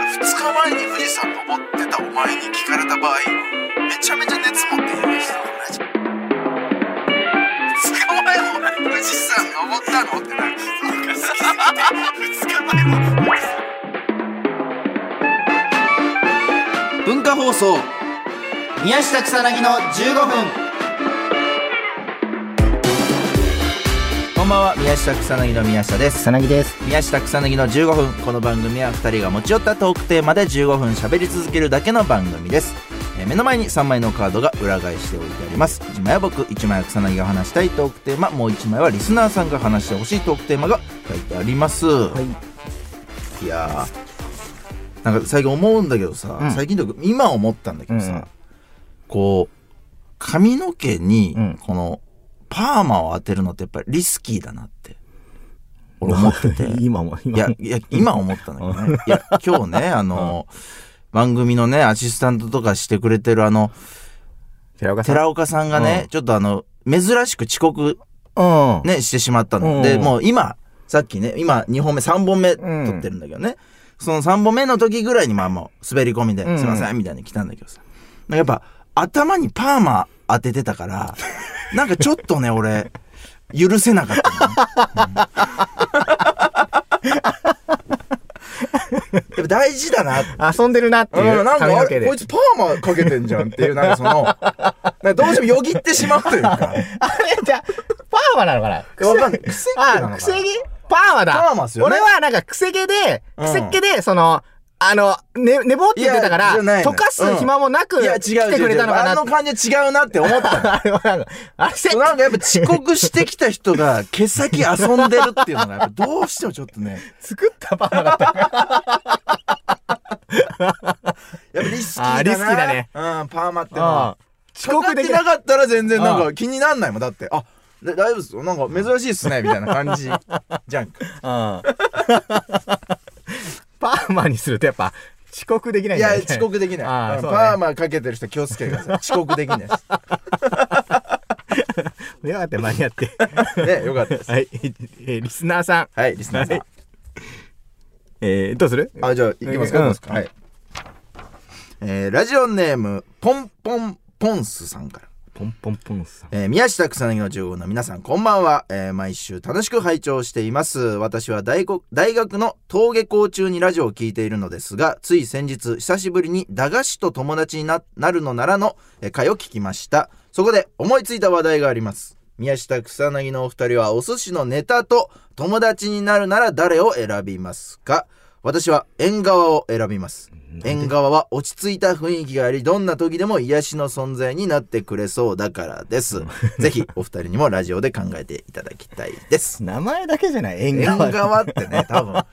前に富士山登ってたお前に聞かれた場合めちゃめちゃ熱持って言う人と同じ2日前お前富士山登ったのってなる2日前も文化放送宮下草薙の15分こんばんは宮下草薙の宮下です草薙です。宮下草薙の15分この番組は2人が持ち寄ったトークテーマで15分喋り続けるだけの番組ですえー目の前に3枚のカードが裏返しておいてあります1枚は僕1枚は草薙が話したいトークテーマもう1枚はリスナーさんが話してほしいトークテーマが書いてあります、い、やーなんか最近思うんだけどさ、うん最近というか今思ったんだけどさ、うんうんこう髪の毛にうんこのパーマを当てるのってやっぱりリスキーだなって俺思 ってて今も、い今やも、。いや、今思ったのよね。いや、今日 ね、あの、番組のね、アシスタントとかしてくれてるあの、寺岡さん。寺岡さんがね、うんちょっとあの、珍しく遅刻うん。ね、してしまったの。うんで、もう今、さっきね、今2本目、3本目撮ってるんだけどね、その3本目の時ぐらいにまあもう滑り込みで、うんすいません、みたいに来たんだけどさ。なんかやっぱ、頭にパーマ当ててた から、なんかちょっとね、俺、許せなかったのね、うんやっぱ大事だなって遊んでるなっていううん、なん髪かあの毛れでこい。つパーマかけてんじゃんっていう、なんかその、なんかどうしてもよぎってしまうと いうか、あれじゃあパーマなのかなわかんない。癖ってなのあ、か癖な毛パーマだ。パーマっすよね俺はなんか癖毛で、うん癖っ毛で、その、あの、ね、寝坊って言ってたかいやら、じゃないの溶かす暇もなく、いや、違う来てく違うれ違う。たのかあなの感じは違うなって思 ったの。あれはなんか、あれせっなんかやっぱ遅刻してきた人が毛先遊んでるっていうのがやっぱどうしてもちょっとね、作ったパーマだった。やっぱリスキーだな。あーリスキーだねうん、パーマってのうんは。遅刻できかかなってなかったら全然なんうか気になんないもん。だって、あ、だ大丈夫ですよ。なんか珍しいっすね、みたいな感 じ。じゃんか。うんパーマにするとやっぱ遅刻 できないいんだや、ね遅刻できない。あーうんそパうねーマかけてる人気をつけてください。遅刻できないです。よかった間に合ってね、よかったです。はい、えーリスナーさん、はい、リスナーさん。えー、どうするあ、じゃあ、いきますか、うんいきますか。はい。えーラジオネーム、ポンポンポンスさんから。ポンポンポンさんえー宮下草薙の15の皆さん、こんばんは。えー毎週楽しく拝聴しています。私は大学大学の登下校中にラジオを聞いているのですが、つい先日、久しぶりに駄菓子と友達にななるのならのえー回を聞きました。そこで思いついた話題があります。宮下草薙のお二人はお寿司のネタと友達になるなら誰を選びますか私は縁側を選びます。縁側は落ち着いた雰囲気がありどんな時でも癒しの存在になってくれそうだから です。ぜひお二人にもラジオで考えていただきたいです。名前だけじゃない縁縁側側って ね多分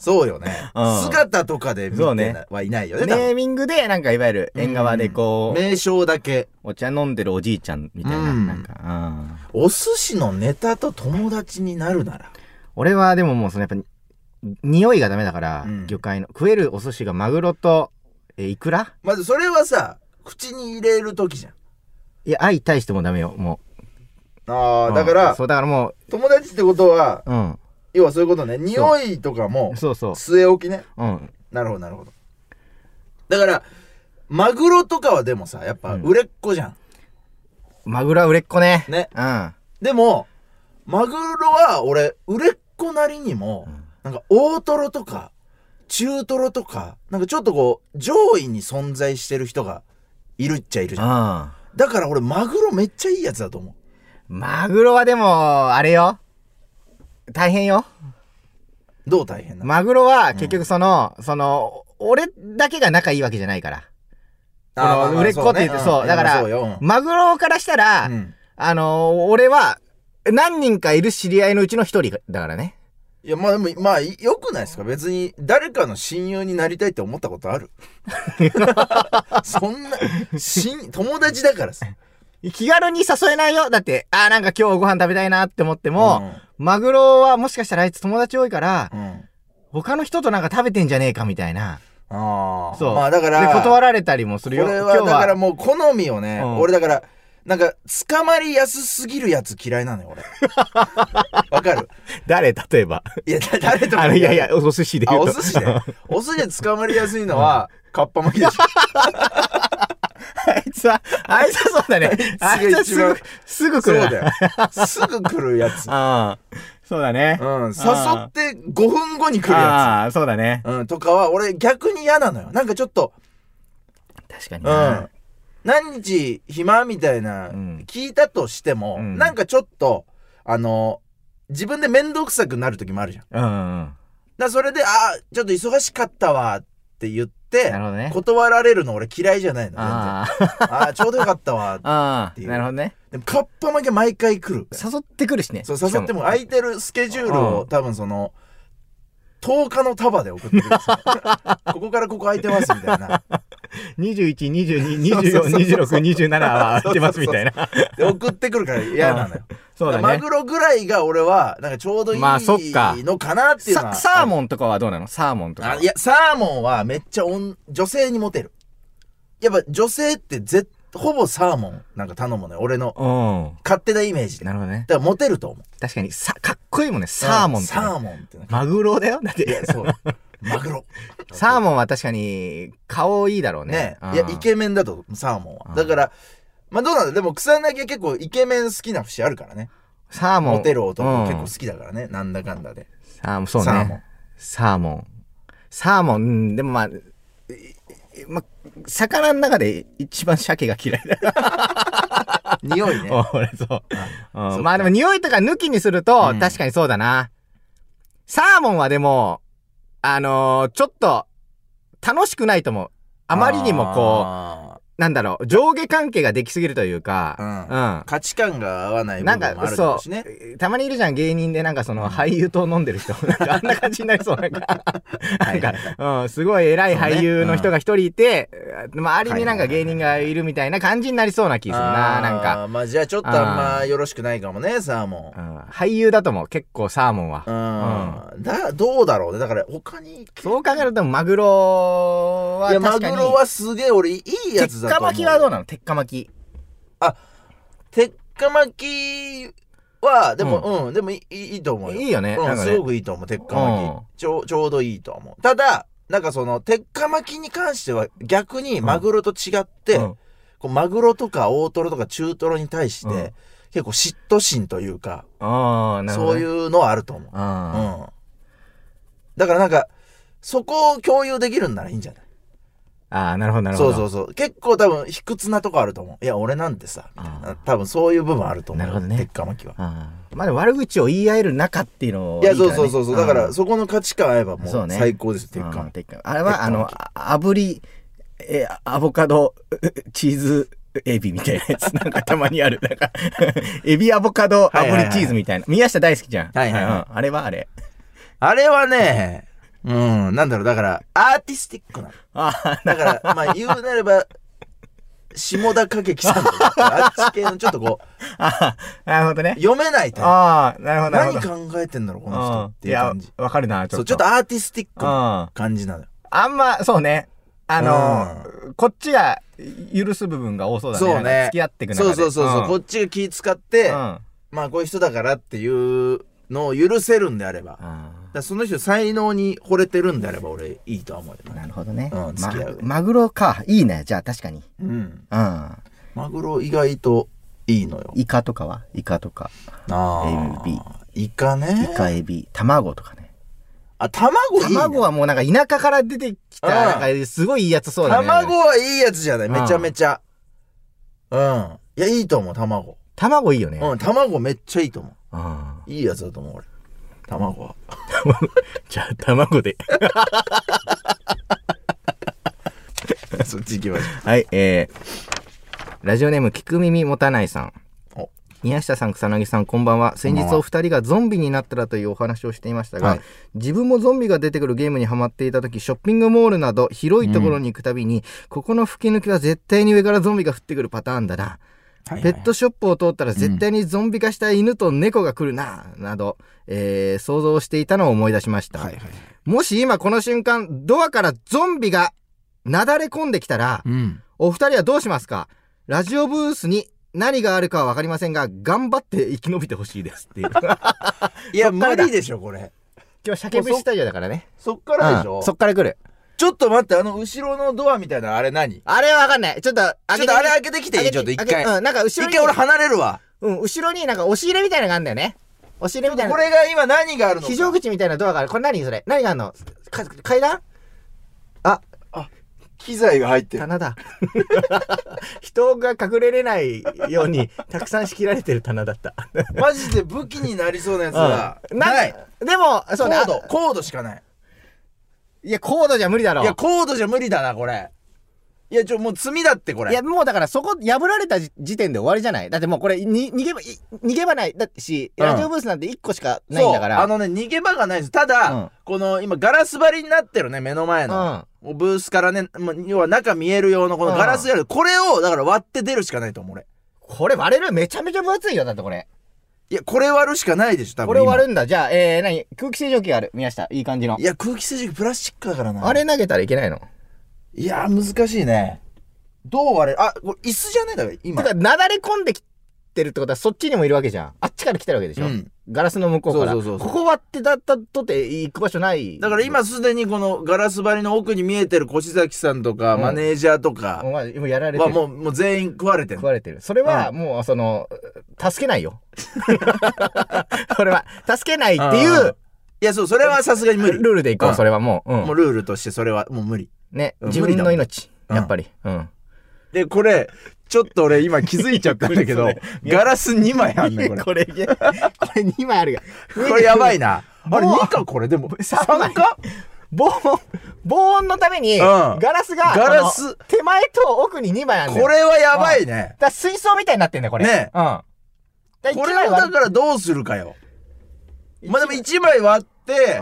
そうよね、うん姿とかで見てそな、うねはいないよね多ネ分ーミングでなんかいわゆる縁側でこう、名称だけお茶飲んでるおじいちゃんみたいな,、うんなんかうんお寿司のネタと友達になるなら俺はでももうそのやっぱに匂いがダメだから、うん魚介の食えるお寿司がマグロとえーイクラまずそれはさ口に入れる時じゃんいや相対してもダメよもうあうんだからそうだからも友達ってことはううん要はそういうことね匂いとかもそうそう据え置きねうんなるほどなるほどだからマグロとかはでもさやっぱうん売れっ子じゃん、マグロは売れっ子ね。ねうん。でもマグロは俺売れっ子なりにも、んなんか大トロとか中トロとかなんかちょっとこう上位に存在してる人がいるっちゃいるじゃんあだから俺マグロめっちゃいいやつだと思うマグロはでも、あれよ。大変よ。どう大変なの、マグロは結局その、その、俺だけが仲いいわけじゃないから。あーまあこまのあ売れっ子って言って、そう,、ねだかまあら、そうよ、マグロからしたら、うんうんあの、俺は、何人かいる知り合いのうちの一人だからね。いやまあでもまあよくないですか別に誰かの親友になりたいって思ったこと あるそんな親友達だからさ気軽に誘えないよ。だって、あーなんか今日ご飯食べたいなって思っても、うマグロはもしかしたらあいつ友達多いから、んうん他の人となんか食べてんじゃねえかみたいな。ああそう。まあだからで断られたりもするよ。これはだからもう好みをね、うん俺だから なんか捕まりやすすぎるやつ嫌いなのよ俺わかる誰例えば。いや、だ誰とあもの、いやいや、お寿司であ、言うおと。寿司で。お寿司で捕まりやすいのは、かっぱ巻きで しょ。あいつは、あいつはそうだね。ああいいつつがは一す番ぐ、すぐ来そうるな。だよ。すぐ来るやつ。ああ、そうだね。うん。誘あって5分後に来るやああ、そうだね。つ。うん。とかは、俺逆に嫌なのよ。なんかちょっと、確かにうな。ん。何日暇みたいな、ん聞いたとしても、うんなんかちょっと、あの、自分で面倒くさくなる時もあるじゃん。だかうんうんらそれで、ああ、ちょっと忙しかったわって言って、なるほどね断られるの俺嫌いじゃないの。全然あああ、あ、ちょうどよかったわ。 あてあ、いうなるほどね。でも、かっぱ巻きは毎回来る。誘ってくるしね。そう、誘っても空いてるスケジュールうをん多分その、10日の束で送ってくるんです よここからここ空いてますみたいな。 21、22、そ24、うそうそうそう26、27は空いてますみたいな。で、送ってくるから嫌なのよ。そうだマね。グロぐらいが俺は、なんかちょうどいいまあそっかのかなっていうのは。さサーモンとかはどうなのサーモンとかあは。いや、サーモンはめっちゃおん女性にモテる。やっぱ女性ってぜほぼサーモンなんか頼むのよ。俺のう勝手なイメージん。で。だなかるほどね。らモテると思う。確かに、さ、かっこいいもんね。サーモうンんってサねーモンってなんか。マグロだよだっいて。や、 そう。マグロ。サーモンは確かに、顔いいだろうねね。いやうんイケメンだとサーモンうはんだからまあどうなんだでも草薙は結構イケメン好きな節あるからねサーモン。モテる男うん結構好きだからねなんだかんだでサーモン、そうサーモンね。サーモン。サーモン、うん、でもまあ、いいまあ、魚の中で一番鮭が嫌い だ。匂 いね俺そう。そっうかんまあでも匂いとか抜きにすると、うん確かにそうだな。サーモンはでも、あのーちょっと、楽しくないと思う。あまりにもここう、なんだろう、上下関係ができすぎるといううか、んうん。価値観が合わない部な分んもあるか、だろそうしねう、たまにいるじゃん、芸人で、なんかその、俳優と飲んでる人。なんか、あんな感じになりそう。なんか、なんか、うん、すごい偉い俳優の人が一人いて、まあ、ある意味なんか芸人がいるみたいな感じになりそうな気するな、なんか。あーまあじゃあちょっとあんまよろしくないかもねサーモンうん俳優だと思う、結構サーモンは。うんだどうだろうねだから他にそう考えると、マグロいはやマ確グかに。ロはすげえ俺いいやつだ鉄と火思う巻きはどうなの鉄火巻き。鉄火巻きはでもううん、でもいいいいと思うよいいよね。うなんん、かすごね。くいいと思う鉄火巻き、うんちょうちょうどいいと思うただなんかその鉄火巻きに関しては逆にマグロと違って、うんこうマグロとか大トロとか中トロに対して、うん結構嫉妬心というか、ああ、なるほどそうね。。いううのはあると思う、うんあだからなんかそこを共有できるんならいいんじゃないあ、なるほど、なるほそど。うそうそう結構多分卑屈なとこあると思ういや俺なんてさみたいな多分そういう部分あると思うなるほどね鉄火巻きはあーまあでも悪口を言い合える中っていうのをいやそうそうそうそうだからそそこの価値観合えばもそううね最高ですよ鉄鉄火火巻巻ききあれはあの鉄あ炙りえーアボカドううチーズエビみたいなや つなんかたまにあるなんかエビアボカドはいはいはい炙りチーズみたいな宮下大好きじゃんはいはいはいうんあれはあれあれはね、うん、なんだろう、だから、アーティスティックな。あだ から、まあ、言うなれば、下田景樹さんとか、あっち系のちょっとこう、ーあーなるほどね 読めないというか。ああなるほどなるほ何ど考えてんだろう、この人うっんていう感じ。やわかるなちょっそう、とちょっとアーティスティックなあ感じなのよ。あんまそうねあのーこっちが許す部分が多そうだそねうなんかね。付き合っていく中そでうそうそうそう、んこっちが気使って、うんまあ、こういう人だからっていうのを許せるんであれば。だかあらその人才能に惚れてるんであれば俺いいとは思うよーね。なるほどね、うん付き合うまマグロかいいねじゃあ確かにうん。うんマグロ意外といいのよ。イカとかはイカとかああ。エビイカね。イカエビ卵とかねあ、卵いい、ね。卵はもうなんか田舎から出てきたあなあんかすごいいいやつそうだね卵はいいやつじゃない。うんめちゃめちゃ。うん。いや、いいと思う、卵。卵いいよね、うん、卵めっちゃいいと思ああう。いいやつだと思う、俺。卵 は。じゃあ卵でそっち行きましょはいえー、ラジオネーム聞く耳持たないさんお宮下さん草薙さんこんばんはこん先ばん日はお二人がゾンビになったらというお話をしていましたが、はい自分もゾンビが出てくるゲームにハマっていた時ショッピングモールなど広いところに行くたびに、ここの吹き抜けは絶対に上からゾンビが降ってくるパターンだなう。ペットショップを通ったら絶対にゾンビ化した犬と猫が来るな、など、えー想像していたのを思い出しました、はいはい。もし今この瞬間ドアからゾンビがなだれ込んできたらうん。お二人はどうしますかラジオブースに何があるかは分かりませんが、頑張って生き延びてほしいで すっていう。いや、そっから無だ理でしょ、これ。今日、鮭節スタジオだからね。そっからでしょ、うんそっから来る。ちょっと待って、あの、後ろのドアみたいな、あれ何ちあれは分かんない。ちょっと、ちょっょっとあれ開けてきていいちょっと一回。うん、なんか後一ろに。回俺離れるわ。うん、後ろになんか押し入れみたいなのがあるんだよね。押し入れみたいな。これが今何があるのか非常口みたいなドアがある。これ何それ何があるのか階段機材が入ってる。棚だ。 人が隠れれないように、たくさん仕切られてる棚だった。 マジで武器になりそうなやつ が。うんない。でも、そうね。コード、コードしかない。いや、コードじゃ無理だろ。いや、コードじゃ無理だな、これ。いや、ちょ、もう罪だって、これ。いや、もうだからそこ破られた時時点で終わりじゃないだってもうこれに逃げば、い逃げ場ない。だってし、うんラジオブースなんて1個しかないそんうだから。あのね、逃げ場がないです。ただ、うんこの、今、ガラス張りになってるね、目の前の。ブースからね、ま要は中見える用のこのガラスやる、これを、だから割って出るしかないと思う、俺。これ割れるめちゃめちゃ分厚いよ。だってこれ。いや、これ割るしかないでしょ、多分これ割るるんだ。じゃあ、えー、何空気清浄機がある。宮下。いい感じのい。や、空気清浄機プラスチックだからな。あれ投げたらいけないのいや、難しいね。どう割れるあ、これ椅子じゃねえだから、今。てか、なだれ込んできてるってことは、そっちにもいるわけじゃん。あっちから来てるわけでしょ。うんガラスの向こうから。そうそうそうそうここ割ってだったとて行く場所ない。だから、今すでにこのガラス張りの奥に見えてる越崎さんとか、うんマネージャーとかお前今やられてはる。もう、もう全員食われてる食。われてる。それは、もう、その、助けないよ。 それは、助けないってういんういや、そう、それはさすがに無理。ルールでいこうう、んそれはもう。う。もうんルールとしてそれはもう無理。ね、うん自分の命、無理だもんやっぱり。うん。で、これ、ちょっと俺今気づいちゃったんだけど、ガラス2枚あんねん、これ。こ これ、これ2枚ある が。れやばいな。あれもう2かこれでも。三枚3か防音、防音のために、んガラスが、ガラスあの手前と奥に2枚あるんだよ。これはやばいねだ。から水槽みたいになってんだよ、これ。ねうん。だから一これ枚を割だからどうするかよ。まあでも1枚割って、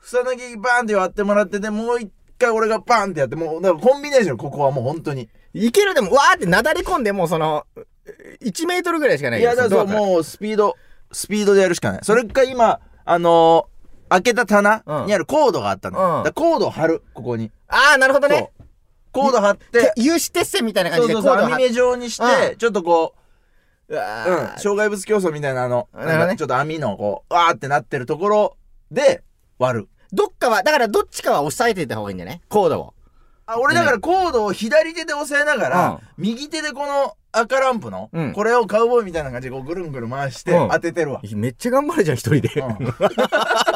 草薙バーンって割ってもらって、で、もう1回俺がバーンってやって、もう、だからコンビネーション、ここはもう本当に。うんいけるでも、わーってなだれ込んで、もうその、1メートルぐらいしかないいよや、だからそそのう、ドアらもうスピード、スピードでやるしかない。それか今、あのー開けた棚にあるコードがあったの。うんだからコードを貼る、ここに。あー、なるほどそうね。。コード貼って、有刺鉄線みたいな感そうじでそコうーそドう、網を貼って目状にして、うちょっとこうう、わうん、ー障害物競争みたいなあの、なるほどねなんかちょっと網のこう、わーってなってるところで割る。どっかは、だからどっちかは押さえていた方がいいんじゃないコードを。あ俺だからコードを左手で押さえながら、右手でこの赤ランプの、うんこれをカウボーイみたいな感じでこうぐるんぐる回してうん当てて るわ。めっちゃ頑張るじゃん、一人で。うん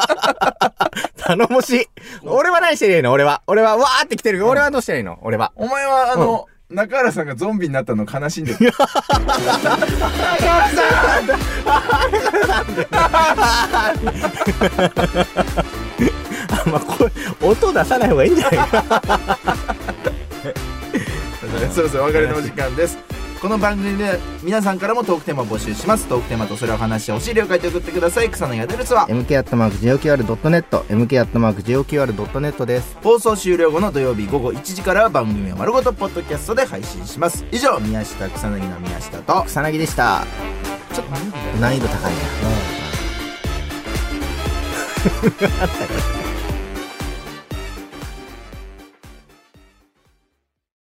頼もしい。俺は何してりゃいいの俺は。俺は、わーって来てるけど、俺はどうしてりゃいいの俺は。 お前はあの、中原さんがゾンビになったの悲しんで る。あ、まあ、これ、音出さない方がいいんじゃない か。そろそろお別れのお時間です。この番組では皆さんからもトークテーマを募集します。トークテーマとそれを話してほしい了解で送ってください。草野やでるつは mk.joqr.net、mk.joqr.net です。放送終了後の土曜日午後1時からは番組を丸ごとポッドキャストで配信します以上宮下草薙の宮下と草薙でした。ちょっと難易度高いな。